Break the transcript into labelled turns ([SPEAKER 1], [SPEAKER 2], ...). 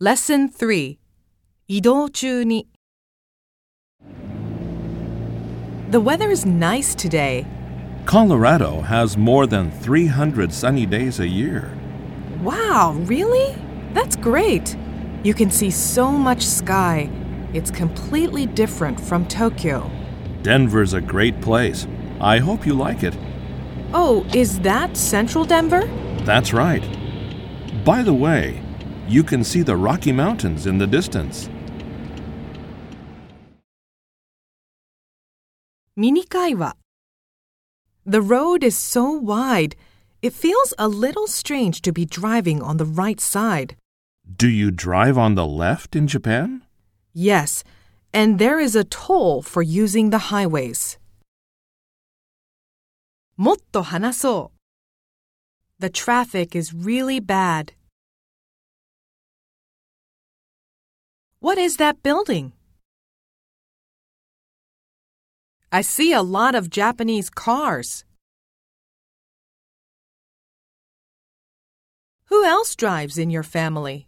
[SPEAKER 1] Lesson 3移動中に The weather is nice today.
[SPEAKER 2] Colorado has more than 300 sunny days a year.
[SPEAKER 1] Wow, really? That's great. You can see so much sky. It's completely different from Tokyo.
[SPEAKER 2] Denver's a great place. I hope you like it.
[SPEAKER 1] Oh, is that central Denver?
[SPEAKER 2] That's right. By the way, you can see the Rocky Mountains in the distance.
[SPEAKER 1] ミニ会話 The road is so wide, it feels a little strange to be driving on the right side.
[SPEAKER 2] Do you drive on the left in Japan?
[SPEAKER 1] Yes, and there is a toll for using the highways. もっと話そう The traffic is really bad. What is that building? I see a lot of Japanese cars. Who else drives in your family?